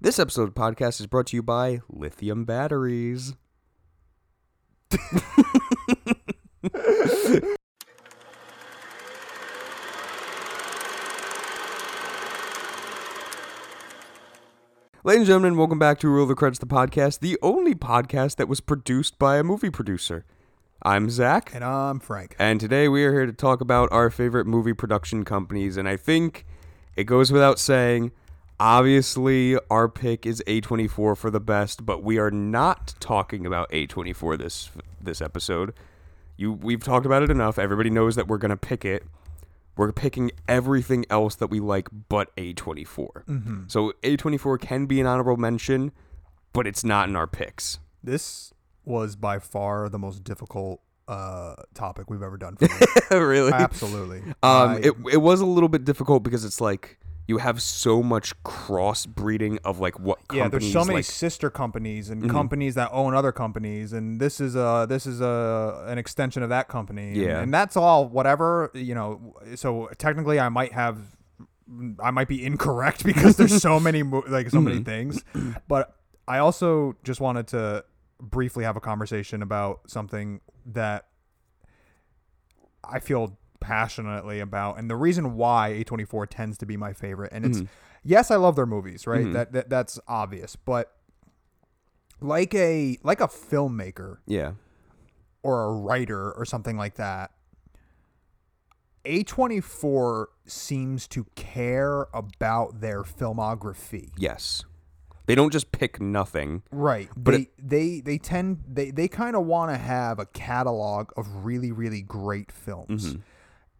This episode of the podcast is brought to you by lithium batteries. Ladies and gentlemen, welcome back to Rule of the Credits, the podcast, the only podcast that was produced by a movie producer. I'm Zach. And I'm Frank. And today we are here to talk about our favorite movie production companies. And I think it goes without saying, obviously, our pick is A24 for the best, but we are not talking about A24 this this episode. You we've talked about it enough. Everybody knows that we're gonna pick it. We're picking everything else that we like but A24. Mm. Mm-hmm. So A24 can be an honorable mention, but it's not in our picks. This was by far the most difficult uh, topic we've ever done. For me. really? Absolutely. Um, I- it it was a little bit difficult because it's like you have so much crossbreeding of like what yeah, companies there's so many like Mm-hmm. sister companies and companies that own other companies, and this is a this is a an extension of that company. and- Yeah. and, that's all. Whatever you know. So technically, I might have. I might be incorrect because there's so many mo- like so many things, but I also just wanted to briefly have a conversation about something that I feel passionately about and the reason why A24 tends to be my favorite and it's yes I love their movies right that, that that's obvious but like a like a filmmaker yeah or a writer or something like that A24 seems to care about their filmography yes they don't just pick nothing Right. But But they, it- they they tend they they kind of want to have a catalog of really really great films.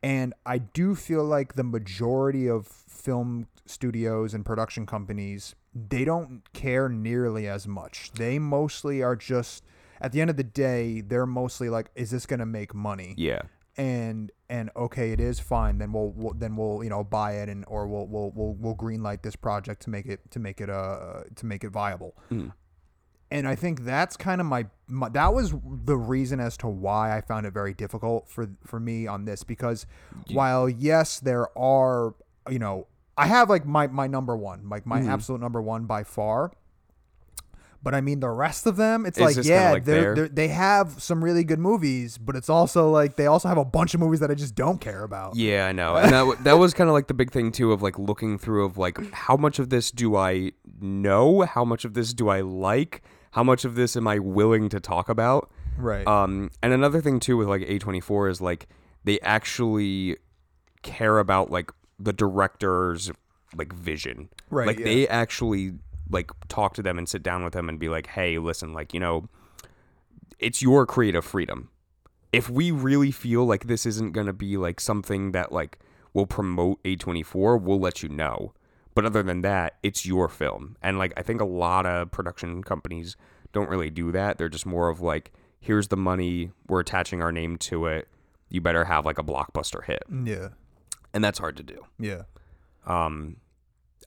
And I do feel like the majority of film studios and production companies, they don't care nearly as much. They mostly are just at the end of the day, they're mostly like is this going to make money? yeah and and okay, it is fine. Then we'll, we'll then we'll you know buy it and or we'll we'll we'll we'll greenlight this project to make it to make it uh to make it viable. Hmm. And I think that's kind of my, my that was the reason as to why I found it very difficult for for me on this because while yes, there are you know I have like my my number one like Hmm. my absolute number one by far. But I mean, the rest of them, it's, It's like, just kinda yeah, like they're, there. they're, they have some really good movies, but it's also like they also have a bunch of movies that I just don't care about. yeah I know and that wa- that was kind of like the big thing too of like looking through of like how much of this do I know how much of this do I like how much of this am I willing to talk about Right. Um, and another thing too with like A24 is like they actually care about like the director's like vision. Right, Like yeah. they actually like talk to them and sit down with them and be like, "Hey, listen, like, you know, it's your creative freedom. If we really feel like this isn't going to be like something that like will promote A24, we'll let you know. But other than that, it's your film. And like I think a lot of production companies don't really do that. They're just more of like here's the money, we're attaching our name to it. You better have like a blockbuster hit. yeah. And that's hard to do. Yeah. Um,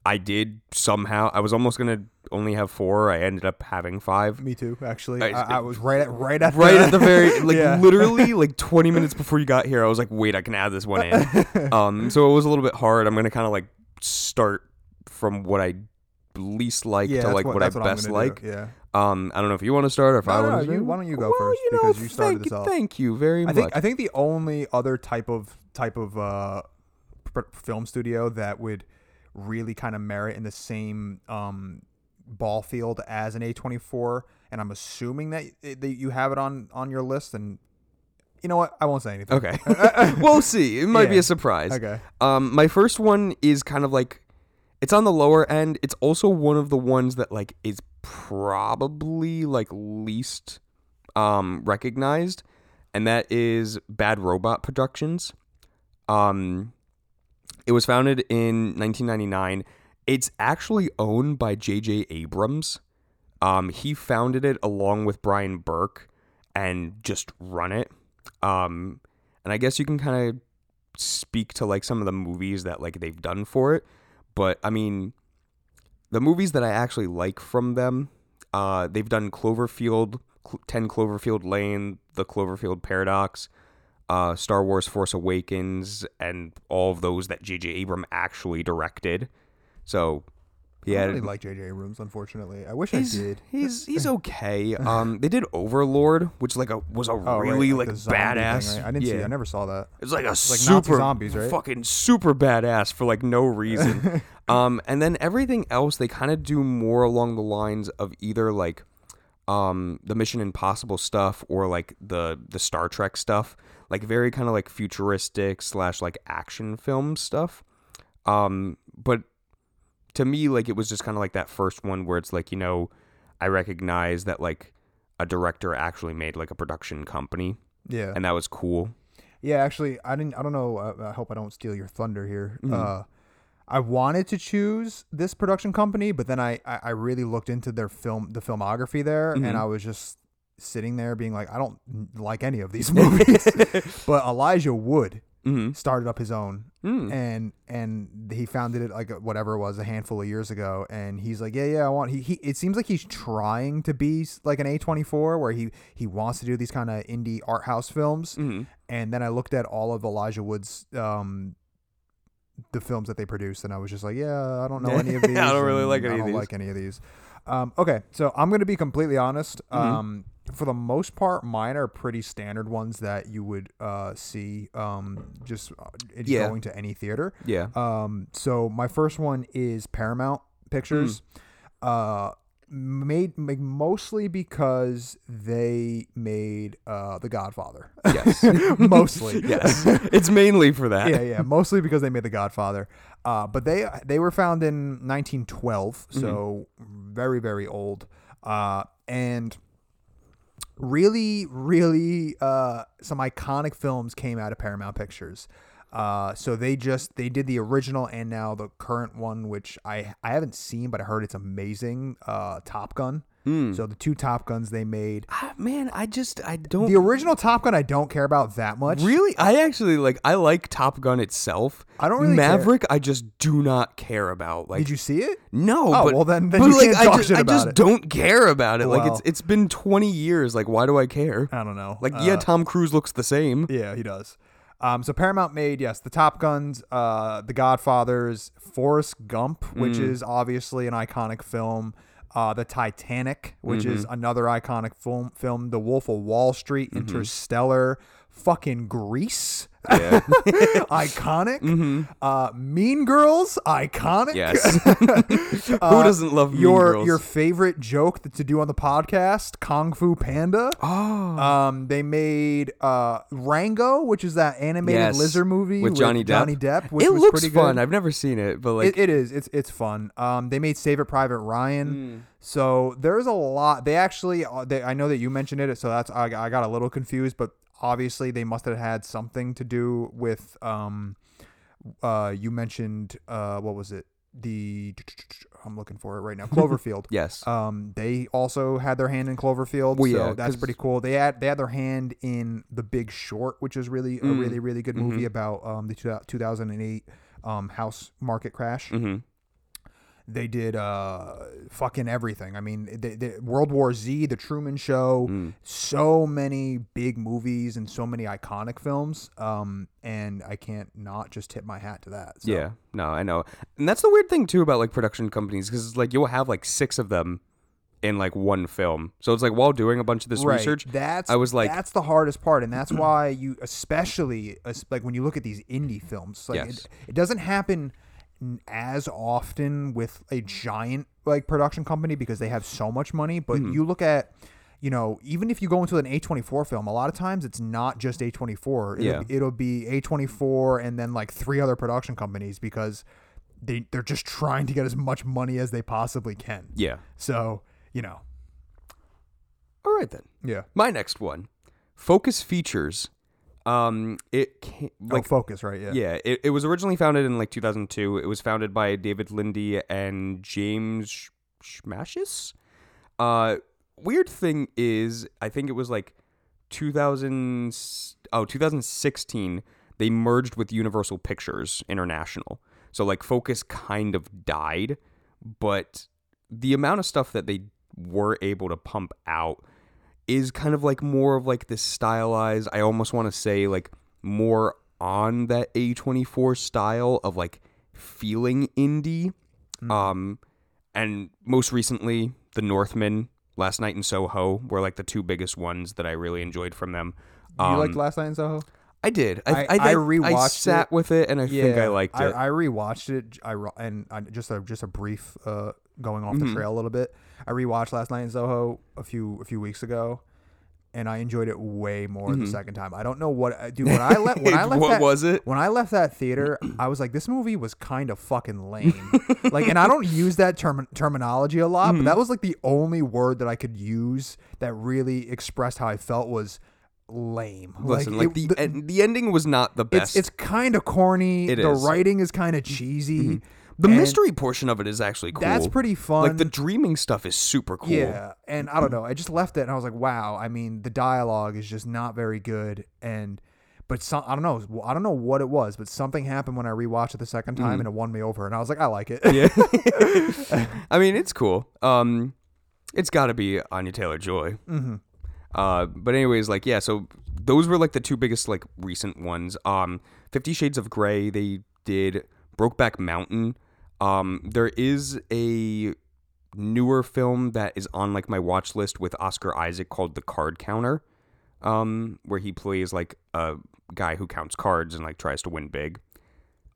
I did somehow. I was almost gonna only have four. I ended up having five. Me too. Actually, I- I, I was right at right at Right at the very, like Yeah. literally, like twenty minutes before you got here, I was like, "Wait, I can add this one in." um, so it was a little bit hard. I'm gonna kind of like start from what I least like yeah, to that's like what, that's I I'm best gonna do. like. Yeah. Um, I don't know if you want to start or if I No, no, want to. you- why don't you go well, first, You know, because you started thank, this off. Thank you very I much. think I think the only other type of type of uh, pr- film studio that would really kind of merit in the same um, ball field as an A24, and I'm assuming that, eh, that you have it on on your list. And you know what? I won't say anything. okay, we'll see. It might be Yeah. a surprise. Okay. Um, my first one is kind of like it's on the lower end. It's also one of the ones that like is probably like least um recognized, and that is Bad Robot Productions. Um, it was founded in 1999. It's actually owned by J.J. Abrams. Um, he founded it along with Brian Burke and just run it. Um, and I guess you can kind of speak to like some of the movies that like they've done for it but i mean the movies that i actually like from them uh they've done cloverfield Cl- 10 cloverfield lane the cloverfield paradox uh star wars force awakens and all of those that jj abram actually directed so I Yeah, don't really like JJ Abrams, unfortunately. I wish he's I did. he's he's okay. Um, they did Overlord, which like a was a Oh, right, really the like zombie thing, badass. right? I didn't yeah. see. I never saw that. It's like a like super Nazi zombies, right? fucking super badass for like no reason. um, and then everything else they kind of do more along the lines of either like um the Mission Impossible stuff or like the the Star Trek stuff, like very kind of like futuristic slash like action film stuff. Um, but to me, like it was just kind of like that first one where it's like you know, I recognize that like a director actually made like a production company, Yeah. and that was cool. Yeah, actually, I didn't. I don't know. I, I hope I don't steal your thunder here. Mm-hmm. Uh, I wanted to choose this production company, but then I, I, I really looked into their film, the filmography there, Mm-hmm. and I was just sitting there being like, I don't like any of these movies. but Elijah Wood Mm-hmm. started up his own, Mm. and and he founded it like whatever it was a handful of years ago, and he's like, yeah, yeah, I want. He, he it seems like he's trying to be s- like an A twenty four, where he he wants to do these kind of indie art house films Mm-hmm. and then I looked at all of Elijah Wood's um the films that they produced, and I was just like, yeah, I don't know any of I these. don't really and like any I of don't these. like any of these. Um, okay, so I'm gonna be completely honest. Mm-hmm. Um, for the most part, mine are pretty standard ones that you would uh, see um, just uh, it's Yeah. going to any theater. Yeah. Um, so my first one is Paramount Mm. Pictures. Uh, made like, mostly because they made uh, The Godfather. Yes. mostly. yes. It's mainly for that. yeah, yeah. Mostly because they made The Godfather. Uh, but they they were found in 1912, so Mm-hmm. very very old. Uh, and really really uh, some iconic films came out of Paramount Pictures. Uh, so they just they did the original and now the current one, which I I haven't seen, but I heard it's amazing. Uh, Top Gun. Hmm. So the two Top Guns they made. Ah, man, I just I don't The original Top Gun I don't care about that much. really. I actually like. I like Top Gun itself. I don't really care. Maverick. I just do not care about. Like Did you see it? no. Oh, but, well, then- then but, you like, can't I talk just, shit I about just it. don't care about it. Like Well. Uh, it's it's been twenty years. Like why do I care? I don't know. Like yeah, Tom Cruise looks the same. Yeah, he does. Um, so Paramount made yes, The Top Guns, uh, The Godfathers, Forrest Gump, which Mm. is obviously an iconic film. Uh, the Titanic, which is Mm-hmm. another iconic film, film. The Wolf of Wall Street, Interstellar, fucking Grease, Yeah. iconic. Uh, mean Girls, iconic. Mm-hmm. yes. Who doesn't love Mean Uh, your Girls? your favorite joke that to do on the podcast, Kung Fu Panda. oh. Um, they made uh Rango, which is that animated Yes, lizard movie with Johnny Depp. Johnny Depp, which it was looks pretty fun. Good. I've never seen it, but like it, it is. It's it's fun. Um, they made Save It Private Hmm. Ryan. So there's a lot. They actually, uh, they, I know that you mentioned it, so that's I, I got a little confused, but obviously they must have had something to do with um, uh, you mentioned uh, what was it? The I'm looking for it right now. Cloverfield. yes. Um, they also had their hand in Cloverfield, Well, so yeah, that's 'cause- pretty cool. They had they had their hand in The Big Short, which is really a Mm, really really good mm-hmm. movie about um the two, 2008 um house market crash. hmm They did uh fucking everything. I mean, they, they, World War Z, The Truman Show, Mm. so many big movies and so many iconic films. Um, and I can't not just tip my hat to that. So. Yeah, no, I know, and that's the weird thing too about like production companies because like you'll have like six of them in like one film, so it's like while doing a bunch of this Right. research, That's I was like, that's the hardest part, and that's why you, especially as- like when you look at these indie films, like Yes. it, it doesn't happen n- as often with a giant like production company because they have so much money. But Mm-hmm. you look at you know, even if you go into an A24 film, a lot of times it's not just A24. It'll, Yeah. it'll be A24 and then like three other production companies because they, they're just trying to get as much money as they possibly can. yeah. So, you know, All right then, yeah. my next one, Focus Features, um, it can Like like Oh, focus, right? Yeah. yeah, it, it was originally founded in like 2002. It was founded by David Lindy and James Sh- Schmashis. Uh, weird thing is, I think it was like 2000, oh, 2016, they merged with Universal Pictures International. So, like, Focus kind of died, but the amount of stuff that they were able to pump out is kind of like more of like this stylized, I almost want to say, like, more on that Mm. A24 style of like feeling indie. Um, and most recently the Northmen last night in Soho were like the two biggest ones that I really enjoyed from them. you Um, liked Last Night in Soho? I did. I- I I rewatched sat with it, and I think I liked it. I, rewatched it. I ro- and I, just a just a brief uh, going off Mm-hmm. the trail a little bit. I rewatched Last Night in Soho a few a few weeks ago, and I enjoyed it way more the second time. I don't know what I- dude when I left when I left Mm-hmm. What that, was it? when I left that theater. I was like, this movie was kind of fucking lame. like, and I don't use that term terminology a lot, Mm-hmm. but that was like the only word that I could use that really expressed how I felt was lame. Listen, like, the, it- en- the ending was not the best. it's it's kind of corny. It the is. writing is kind of cheesy. the and mystery portion of it is actually cool. That's pretty fun. Like the dreaming stuff is super cool. Mm-hmm. yeah, and I don't know. I just left it, and I was like, wow. I mean, the dialogue is just not very good, and. But some, I don't know. I don't know what it was, but something happened when I rewatched it the second time, and it won me over. And I was like, I like it. Mm-hmm. Yeah. I mean, it's cool. Um, it's got to be Anya Taylor Joy. Mm-hmm. Uh, but anyways, like yeah, so those were like the two biggest like recent ones. Um, Fifty Shades of Grey. They did Brokeback Mountain. Um, there is a newer film that is on like my watch list with Oscar Isaac called The Card Counter. Um, where he plays like a guy who counts cards and like tries to win big.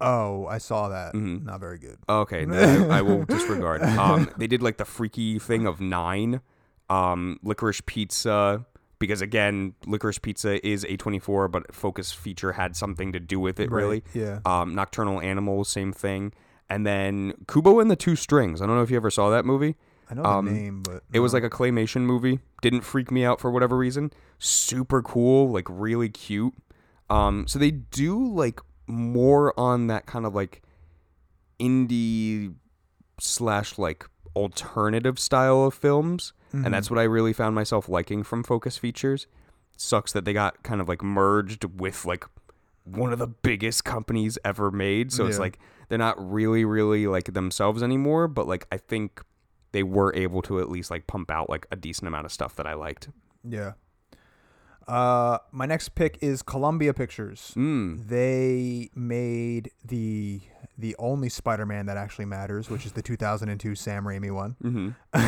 Oh, I saw that. Mm-hmm. Not very good. Okay, then I, I will disregard. Um, they did like the freaky thing of nine, um, licorice pizza. Because again, licorice pizza is a twenty four, but Focus Feature had something to do with it, really. yeah. Um, Nocturnal Animals, same thing, and then Kubo and the Two Strings. I don't know if you ever saw that movie. I know um, the name, but It was like a claymation movie. Didn't freak me out for whatever reason. Super cool, like really cute. Um, so they do like more on that kind of like indie slash like alternative style of films, and Mm-hmm. that's what I really found myself liking from Focus Features. Sucks that they got kind of like merged with like one of the biggest companies ever made. So it's Yeah. like they're not really, really like themselves anymore. But like I think they were able to at least like pump out like a decent amount of stuff that I liked. yeah. Uh, my next pick is Columbia Pictures. Mm. They made the the only Spider-Man that actually matters, which is the 2002 Sam Raimi one. Mm-hmm.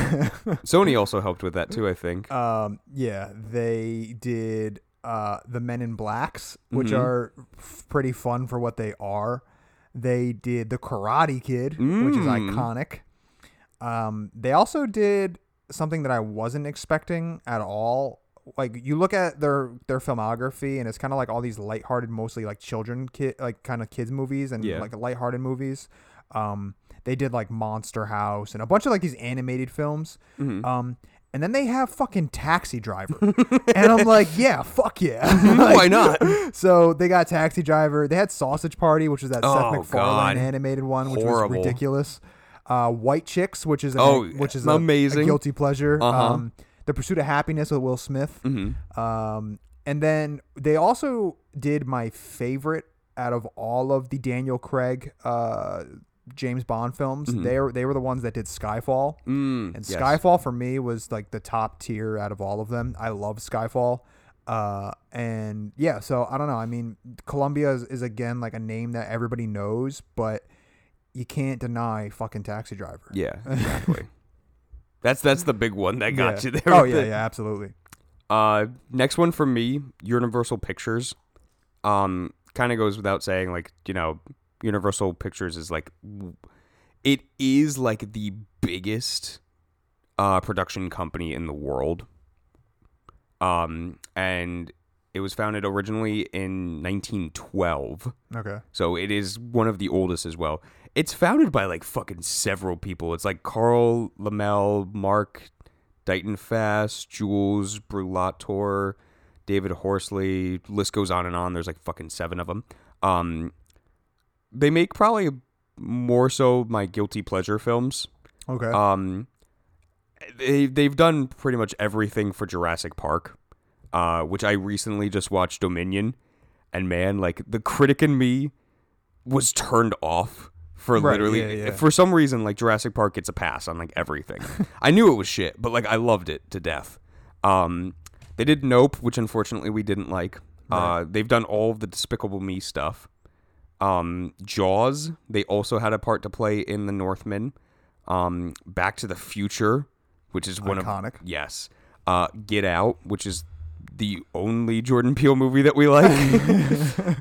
Sony also helped with that too, I think. Um, yeah, they did uh, the Men in Blacks, which Mm-hmm. are f- pretty fun for what they are. They did the Karate Kid, which is Mm. iconic. Um, they also did something that I wasn't expecting at all. Like you look at their their filmography, and it's kind of like all these lighthearted, mostly like children kid, like kind of kids movies and Yeah. like lighthearted movies. Um, they did like Monster House and a bunch of like these animated films. Mm-hmm. Um, and then they have fucking Taxi Driver, and I'm like, yeah, fuck yeah, Why not? Mm. So they got Taxi Driver. They had Sausage Party, which was that Oh, Seth God. MacFarlane animated one, which Horrible. was ridiculous. Uh, White Chicks, which is an, Oh, which is a- amazing. a guilty pleasure. Uh-huh. Mm-hmm. Um, the Pursuit of Happiness with Will Smith. Um, and then they also did my favorite out of all of the Daniel Craig, uh, James Bond films. Mm-hmm. They were they were the ones that did Skyfall. Mm, And yes. Skyfall for me was like the top tier out of all of them. I love Skyfall. Uh, and yeah, so I don't know. I mean, Columbia is, is again like a name that everybody knows, but you can't deny fucking Taxi Driver. Yeah, exactly. that's that's the big one that got Yeah. you there. Oh, with yeah, it. yeah, absolutely. Uh, next one for me, Universal Pictures. Um, kind of goes without saying, like you know, Universal Pictures is like, w- it is like the biggest, uh, production company in the world. Um, and it was founded originally in 1912. Okay. So it is one of the oldest as well. It's founded by like fucking several people. It's like Carl Lamel, Mark Dighton Fast, Jules Brulator, David Horsley. List goes on and on. There's like fucking seven of them. Um, they make probably more so my guilty pleasure films. Okay. Um, they they've done pretty much everything for Jurassic Park, uh, which I recently just watched Dominion, and man, like the critic in me was turned off for Right, literally yeah, yeah. for some reason like Jurassic Park gets a pass on like everything. I knew it was shit, but like I loved it to death. Um, they did Nope, which unfortunately we didn't like. Uh, they've done all of the Despicable Me stuff um, Jaws. They also had a part to play in The Northmen. um, Back to the Future, which is one Iconic. of yes, uh, Get Out, which is the only Jordan Peele movie that we like.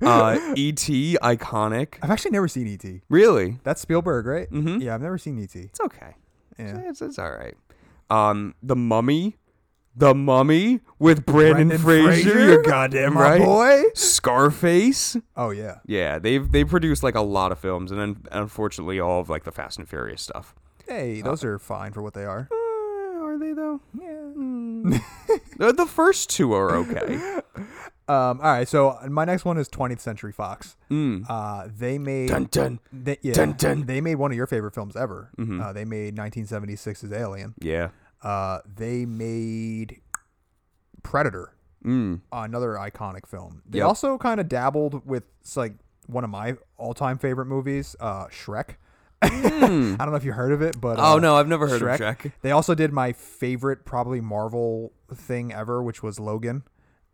uh, E.T. Iconic, I've actually never seen E.T. really. That's Spielberg, right? Mhm. Yeah, I've never seen E.T. It's okay. Yeah. It's, it's all right. Um, the Mummy, the Mummy with Brandon, Fraser, you're goddamn right, boy. Scarface. Oh yeah, Yeah, they've they produced like a lot of films, and then unfortunately, all of like the Fast and Furious stuff. hey, those are fine for what they are. Uh, are they though? Yeah. Mm. the the first two are okay. Um. All right. So my next one is 20th Century Fox. Mm. Uh, they made Dun dun. They, yeah, Dun, dun. Mm-hmm. they made one of your favorite films ever. Uh, they made 1976's Alien. Yeah. Uh, they made Predator, Mm. another iconic film. They Yep. also kind of dabbled with it's like one of my all-time favorite movies, uh, Shrek. I don't know if you heard of it, but Hmm. Oh uh, no, I've never heard of Shrek. They also did my favorite, probably Marvel thing ever, which was Logan.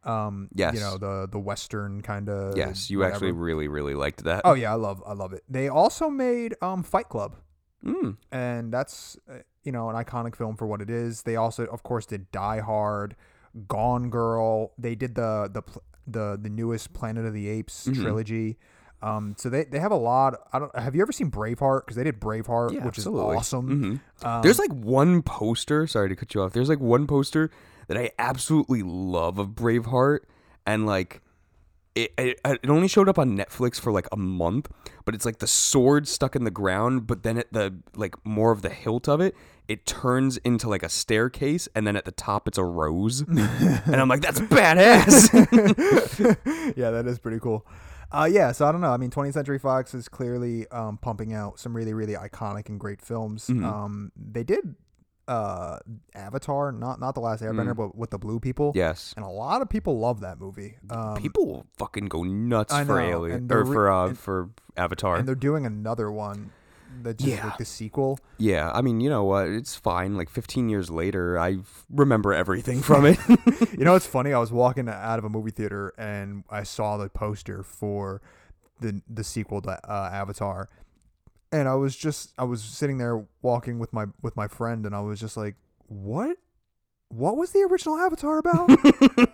Um, Yes. you know the the Western kind of. Yes, you actually really really liked that. Oh yeah, I love I love it. They also made um Fight Club, Mm. and that's uh, you know an iconic film for what it is. They also, of course, did Die Hard, Gone Girl. They did the the pl- the the newest Planet of the Apes Mm-hmm. trilogy. Um, so they, they have a lot. I don't. Have you ever seen Braveheart? Because they did Braveheart, Yeah, which absolutely. Mm-hmm. is awesome. There's Um, like one poster. Sorry to cut you off. There's like one poster that I absolutely love of Braveheart, and like it, it, uh, it only showed up on Netflix for like a month. But it's like the sword stuck in the ground, but then at the like more of the hilt of it, it turns into like a staircase, and then at the top it's a rose, and I'm like, that's badass. yeah, that is pretty cool. Uh, yeah, so I don't know. I mean, 20th Century Fox is clearly um, pumping out some really, really iconic and great films. Mm-hmm. Um, they did uh, Avatar, not not the Last Airbender, Mm-hmm. but with the blue people. yes, and a lot of people love that movie. Um, people will fucking go nuts I for know, Alien and or they're re- for uh for Avatar. and they're doing another one that's just Yeah. like the sequel. Yeah, I mean, you know what? It's fine. Like 15 years later, I f- remember everything from it. you know, it's funny. I was walking out of a movie theater and I saw the poster for the the sequel to uh, Avatar, and I was just I was sitting there walking with my with my friend, and I was just like, what? What was the original Avatar about?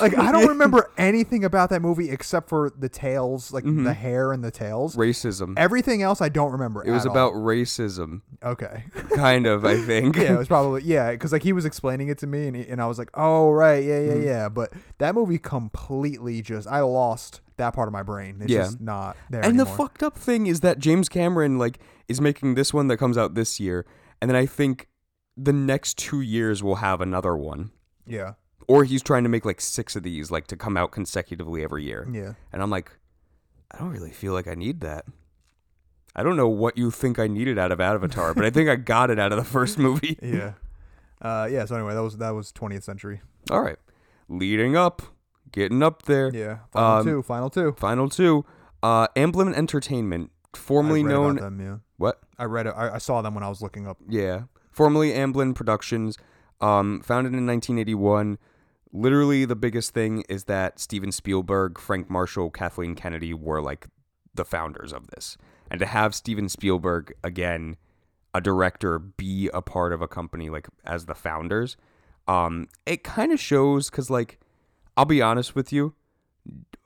like I don't remember anything about that movie except for the tails, like Mm-hmm. the hair and the tails. racism. Everything else I don't remember. It was at all. about racism, okay. kind of, I think. yeah, it was probably yeah, because like he was explaining it to me, and, he, and I was like, oh right, yeah, yeah, yeah. But that movie completely just I lost that part of my brain. It's Yeah. just not there. and the anymore. fucked up thing is that James Cameron like is making this one that comes out this year, and then I think the next 2 years will have another one. Yeah, Or he's trying to make like 6 of these like to come out consecutively every year. yeah. And I'm like, I don't really feel like I need that. I don't know what you think I needed out of Avatar, but I think I got it out of the first movie. Yeah. Uh, yeah. So anyway, that was that was 20th century. All right. Leading up, getting up there. Yeah. Final Um, two. Final two. Final two. Uh Emblem Entertainment, formerly I read known about them. Yeah. what? I read. it- I, I saw them when I was looking up. Yeah. Formerly Amblin Productions, um founded in 1981. Literally the biggest thing is that Steven Spielberg, Frank Marshall, Kathleen Kennedy were like the founders of this. And to have Steven Spielberg again a director be a part of a company like as the founders um it kind of shows cuz like I'll be honest with you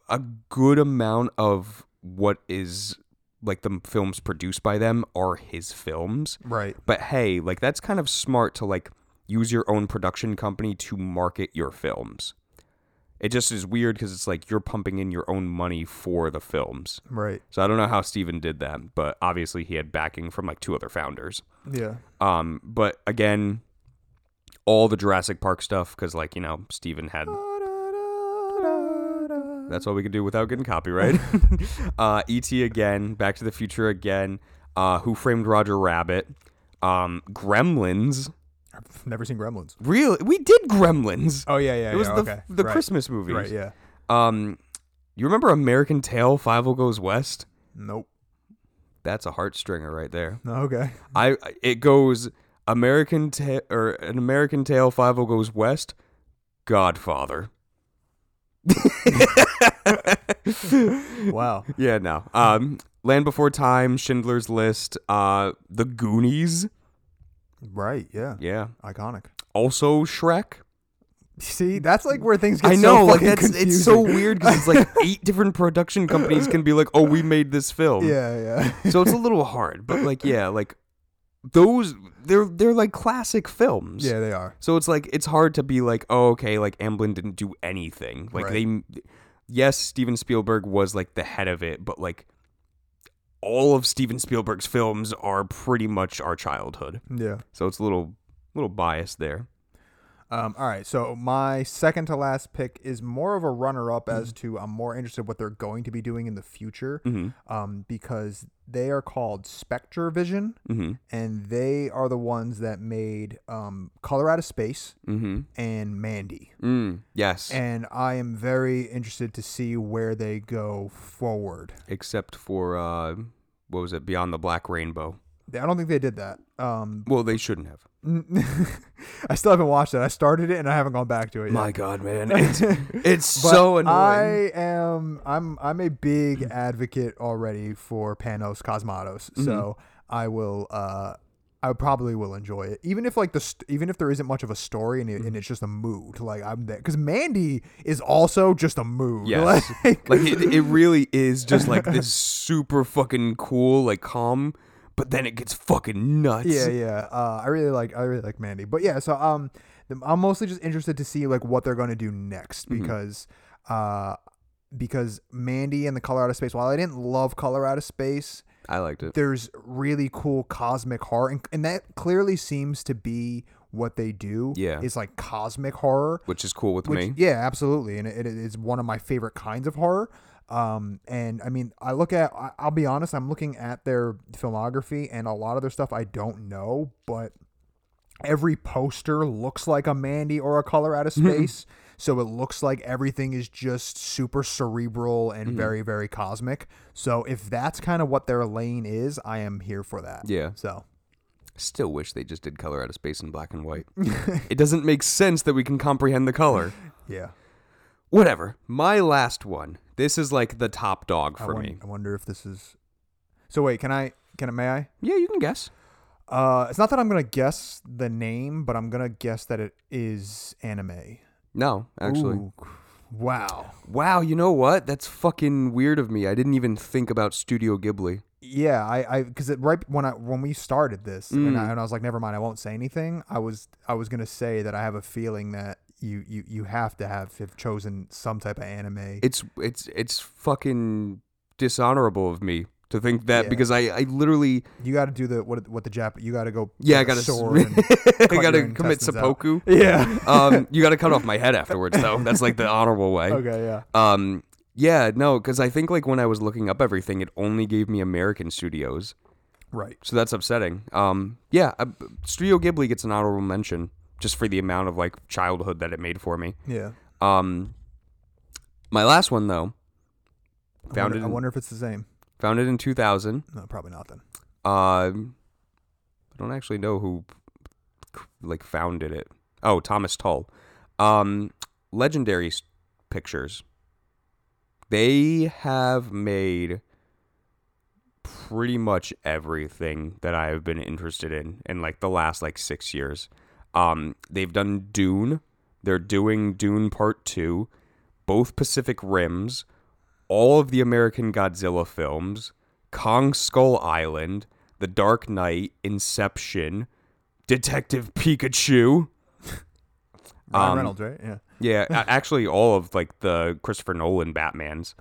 a good amount of what is like the films produced by them are his films Right. but hey, like that's kind of smart to like use your own production company to market your films. It just is weird because it's like you're pumping in your own money for the films. Right. So I don't know how Steven did that, but obviously he had backing from like two other founders. Yeah. Um, but again, all the Jurassic Park stuff because like you know Steven had that's all we could do without getting copyright. uh, E.T. again, Back to the Future again, uh, Who Framed Roger Rabbit, um, Gremlins. I've never seen Gremlins. Really, we did Gremlins. Oh yeah, yeah. it was yeah, the okay. the right. Christmas movie. Right. Yeah. Um, you remember American Tail? Five Will Goes West. Nope. That's a heartstringer right there. Okay. I it goes American Tail or an American Tail. Five Will Goes West. Godfather. Wow. Yeah, no. Um, Land Before Time, Schindler's List, uh, The Goonies. Right. Yeah. Yeah. Iconic. Also Shrek. See, that's like where things get I know, so like fucking that's it's so confusing. weird because it's like eight different production companies can be like, oh, we made this film. Yeah, yeah. So it's a little hard, but like yeah, like those they're they're like classic films. yeah, they are. So it's like it's hard to be like, oh, okay, like Amblin didn't do anything. Like they, yes, Steven Spielberg was like the head of it, but like all of Steven Spielberg's films are pretty much our childhood. Yeah. So it's a little little biased there. Um, all right, so my second to last pick is more of a runner up Mm. as to I'm more interested what they're going to be doing in the future Mm-hmm. Mm. um, because they are called Spectre Vision Mm-hmm. and they are the ones that made um, Color Out of Space Mm-hmm. and Mandy. Mm. Yes. And I am very interested to see where they go forward. Except for uh, what was it? Beyond the Black Rainbow. I don't think they did that. Um, Well, they shouldn't have. I still haven't watched it. I started it and I haven't gone back to it yet. My God, man, it's, it's But so annoying. Mm. I am I'm I'm a big advocate already for Panos Cosmatos, Mm-hmm. so I will uh I probably will enjoy it, even if like the st- even if there isn't much of a story and, it, Mm-hmm. and it's just a mood. Like I'm there because Mandy is also just a mood. Yes. Like, Like it, it really is just like this super fucking cool, like calm, but then it gets fucking nuts. yeah, yeah. Uh, I really like I really like Mandy, but yeah. So um, th- I'm mostly just interested to see like what they're gonna do next because uh because Mandy and the Color Out of Space. While I didn't love Color Out of Space. I liked it. there's really cool cosmic horror and, and that clearly seems to be what they do Yeah. is like cosmic horror Which is cool with which me. yeah absolutely and it, it is one of my favorite kinds of horror um and i mean i look at I, i'll be honest i'm looking at their filmography and a lot of their stuff i don't know but every poster looks like a mandy or a color out of Mm-hmm. space so it looks like everything is just super cerebral and Mm-hmm. very very cosmic so if that's kind of what their lane is i am here for that Yeah. so Still wish they just did color out of space in black and white. it doesn't make sense that we can comprehend the color. yeah Whatever. My last one. This is like the top dog I for won- me. i wonder if this is so wait can i can i may i Yeah, you can guess. Uh, it's not that I'm gonna guess the name, but I'm gonna guess that it is anime. No, actually. Ooh, cr- wow. Wow, you know what? That's fucking weird of me. I didn't even think about Studio Ghibli. Yeah, I, I, because it right when I when we started this, and, Mm. I, and I was like, never mind, I won't say anything. I was, I was gonna say that I have a feeling that you, you, you have to have, have chosen some type of anime. It's it's it's fucking dishonorable of me to think that Yeah. because I I literally you got to do the what, what the Jap. You got to go. yeah I get gotta a s- sword. and- I your gotta commit intestines out. seppuku. yeah. um, you got to cut off my head afterwards, though. That's like the honorable way. okay. Yeah. Um, yeah, no, because I think like when I was looking up everything, it only gave me American studios, Right. so that's upsetting. Um, yeah, uh, Studio Ghibli gets an honorable mention just for the amount of like childhood that it made for me. Yeah. Um, my last one though, I found wonder, it I in, wonder if it's the same. found it in two thousand. No, probably not. Then Um, I don't actually know who like founded it. Oh, Thomas Tull. Um, Legendary S- Pictures. They have made pretty much everything that I have been interested in in like the last like 6 years. Um, they've done Dune. They're doing Dune Part 2, both Pacific Rims, all of the American Godzilla films, Kong Skull Island, The Dark Knight, Inception, Detective Pikachu. Ryan Um, Reynolds, right? Yeah. Yeah, a- actually, all of like the Christopher Nolan Batman's,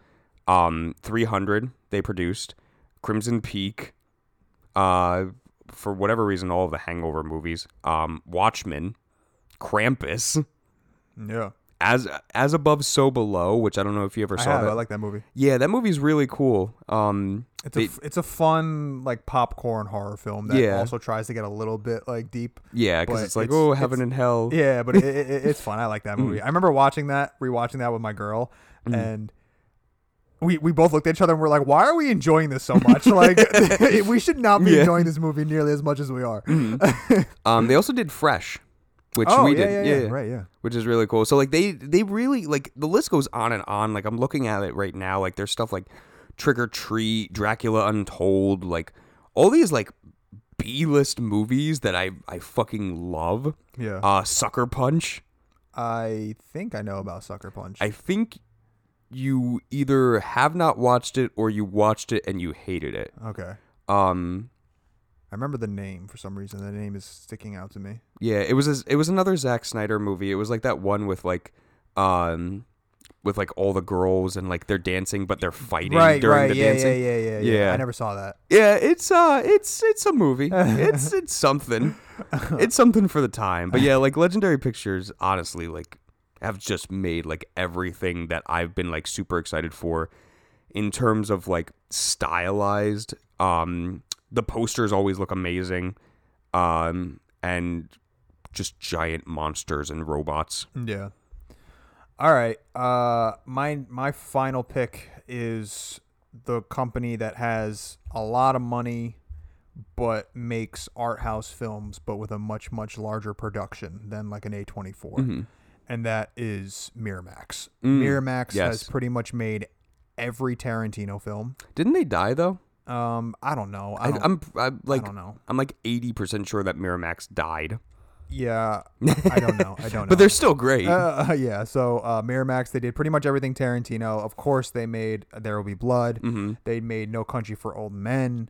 um, 300 they produced, Crimson Peak, uh, for whatever reason, all of the Hangover movies, um, Watchmen, Krampus, Yeah. as as above, so below, which I don't know if you ever I saw have. that. I like that movie. yeah, that movie's really cool. Um, It's They- a f- it's a fun like popcorn horror film that Yeah. also tries to get a little bit like deep. yeah, because But it's like it's- oh, it's- heaven and hell. Yeah, but it, it, it- it's fun. I like Mm. that movie. I remember watching that, rewatching that with my girl, and we we both looked at each other and we're like, "Why are we enjoying this so much? Like, we should not be Yeah. enjoying this movie nearly as much as we are." Um, they also did Fresh, which oh we yeah, did, yeah, yeah, right, yeah. which is really cool. So like they they really like the list goes on and on. Like I'm looking at it right now. Like there's stuff like Trick or Treat, Dracula Untold, like all these like B list movies that I I fucking love. Yeah. Uh, Sucker Punch. I think I know about Sucker Punch. I think you either have not watched it or you watched it and you hated it. okay. Um, I remember the name for some reason. The name is sticking out to me. Yeah, it was a, it was another Zack Snyder movie. It was like that one with like um with like all the girls and like they're dancing but they're fighting during the yeah, dancing. yeah, yeah, yeah, Yeah. I never saw that. Yeah, it's uh it's it's a movie. it's it's something. It's something for the time. But yeah, like Legendary Pictures honestly like have just made like everything that I've been like super excited for in terms of like stylized um the posters always look amazing. Um and just giant monsters and robots. Yeah. All right. Uh, my my final pick is the company that has a lot of money, but makes art house films, but with a much much larger production than like an A twenty four, Mm-hmm. and that is Miramax. Miramax has Mm. yes. pretty much made every Tarantino film. Didn't they die though? Um, I don't know. I I, don't, I'm, I'm like I don't know. I'm like 80% sure that Miramax died. Yeah, I don't know. I don't know. But they're still great. Uh, yeah, so uh, Miramax, they did pretty much everything Tarantino. Of course, they made There Will Be Blood. They made No Country for Old Men.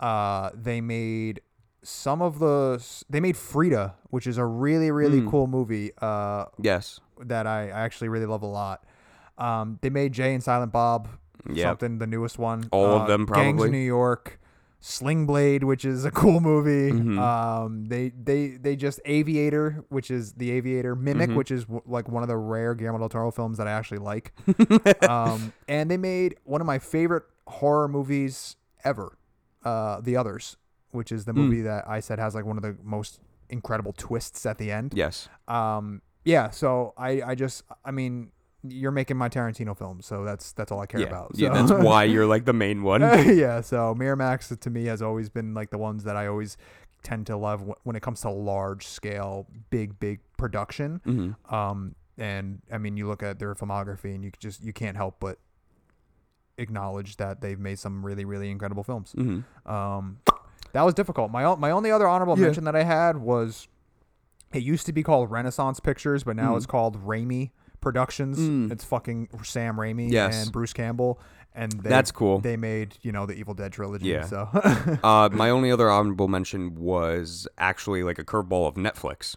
Uh, they made some of the. They made Frida, which is a really, really cool movie uh, yes. that I, I actually really love a lot. Um, they made Jay and Silent Bob, Yep. something, the newest one. All of Uh, them, Gangs probably. of New York. Sling Blade, which is a cool movie. Mm-hmm. Um, they they they just Aviator, which is the Aviator Mimic, Mm-hmm. which is w- like one of the rare Guillermo del Toro films that I actually like. um, and they made one of my favorite horror movies ever, uh, The Others, which is the Hmm. movie that I said has like one of the most incredible twists at the end Yes. um yeah so i i just i mean you're making my tarantino film so that's that's all i care Yeah. about so. yeah. That's why you're like the main one. yeah so miramax uh, to me has always been like the ones that i always tend to love wh- when it comes to large scale big big production Mhm. um and i mean you look at their filmography and you c- just you can't help but acknowledge that they've made some really really incredible films Mhm. um, that was difficult. My o- my only other honorable Yeah. mention that I had was it used to be called Renaissance Pictures, but now it's called Raimi Productions. Mm-hmm. Mm. It's fucking Sam Raimi Yes. and Bruce Campbell, and they, That's cool. They made you know the Evil Dead trilogy. Yeah. So Uh, my only other honorable mention was actually like a curveball of Netflix.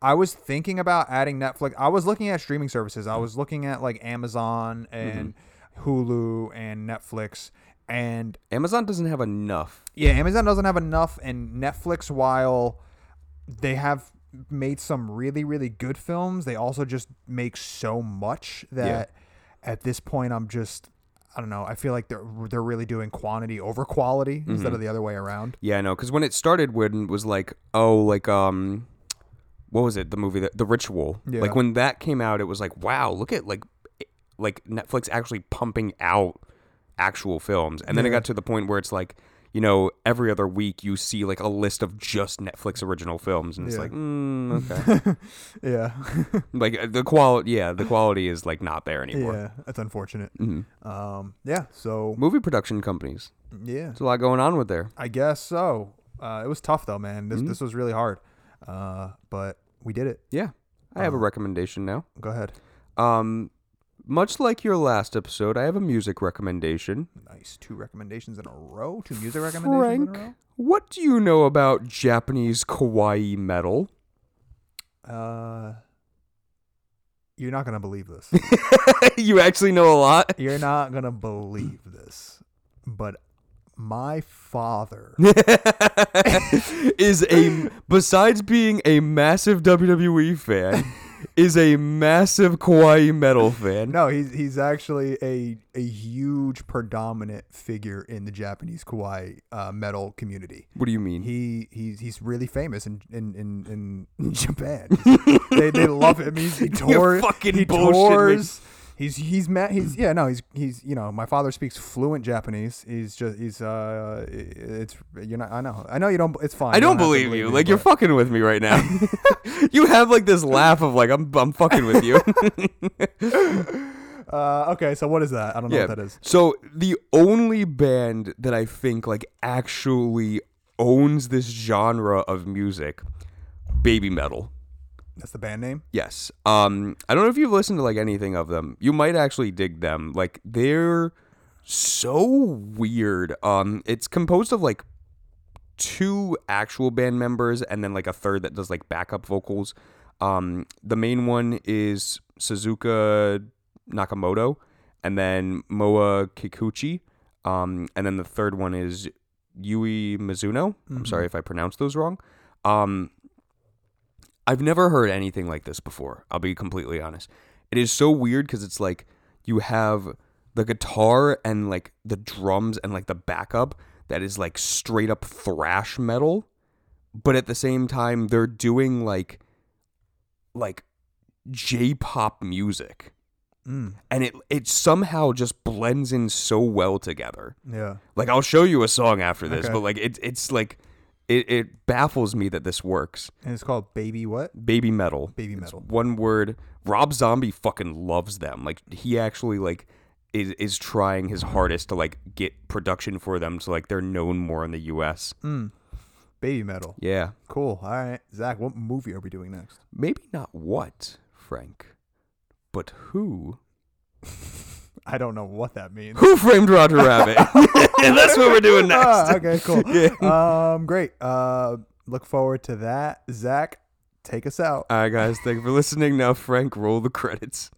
I was thinking about adding Netflix. I was looking at streaming services. I was looking at like Amazon and Hulu and Netflix. And Amazon doesn't have enough. Yeah, Amazon doesn't have enough, and Netflix, while they have made some really, really good films, they also just make so much that at this point, I'm just. I don't know. I feel like they're they're really doing quantity over quality instead of the other way around. Yeah, I know. Because when it started, when it was like, oh, like um, what was it? The movie, that, The Ritual. Yeah. Like when that came out, it was like, wow, look at like, i- like Netflix actually pumping out actual films. And then it Yeah. got to the point where it's like, you know, every other week you see like a list of just Netflix original films, and it's Yeah. like, mm, okay, Yeah, like uh, the quality, yeah, the quality is like not there anymore. Mm-hmm. yeah, that's unfortunate. Um, yeah, so Movie production companies, yeah, there's a lot going on with there. I guess so. Uh, it was tough though, man. This this was really hard, uh, but we did it. Yeah, I Um. have a recommendation now. Go ahead. Um, much like your last episode, I have a music recommendation. Nice. Two recommendations in a row. Two music recommendations in Frank, a row. what do you know about Japanese kawaii metal? Uh, you're not gonna believe this. you actually know a lot. you're not gonna believe this. But my father, is a besides being a massive WWE fan, is a massive kawaii metal fan. no, he's he's actually a a huge predominant figure in the Japanese kawaii uh, metal community. What do you mean? He he's he's really famous in in in, in Japan. they, they love him. He's, he tours. fucking he bullshitting me. tours. He's he's met he's yeah no he's he's you know my father speaks fluent Japanese. He's just he's uh i- it's you know I know I know you don't it's fine. I You don't have to believe you. me, Like you're but- fucking with me right now. you have like this laugh of like I'm I'm fucking with you. uh, okay. So what is that? I don't know what that is. So the only band that I think like actually owns this genre of music, baby metal. That's the band name. Yes. Um, I don't know if you've listened to like anything of them. You might actually dig them. Like they're so weird. Um, it's composed of like two actual band members and then like a third that does like backup vocals. Um, the main one is Suzuka Nakamoto, and then Moa Kikuchi, um, and then the third one is Yui Mizuno. I'm sorry if I pronounced those wrong. Um, I've never heard anything like this before. I'll be completely honest. It is so weird because it's like you have the guitar and like the drums and like the backup that is like straight up thrash metal, but at the same time they're doing like like J-pop music, Mm. and it it somehow just blends in so well together. Yeah. Like I'll show you a song after this, Okay. but like it, it's like it, it baffles me that this works. And it's called Baby What? Baby metal. Baby It's metal. one word. Rob Zombie fucking loves them. Like he actually like is is trying his hardest to like get production for them so like they're known more in the US. Baby Metal. Yeah. Cool. All right. Zach, what movie are we doing next? Maybe not what, Frank, but who? I don't know what that means. Who framed Roger Rabbit? That's what we're doing next. Ah, okay, cool. Um, great. Uh, look forward to that. Zach, take us out. All right, guys. Thank you for listening. Now, Frank, roll the credits.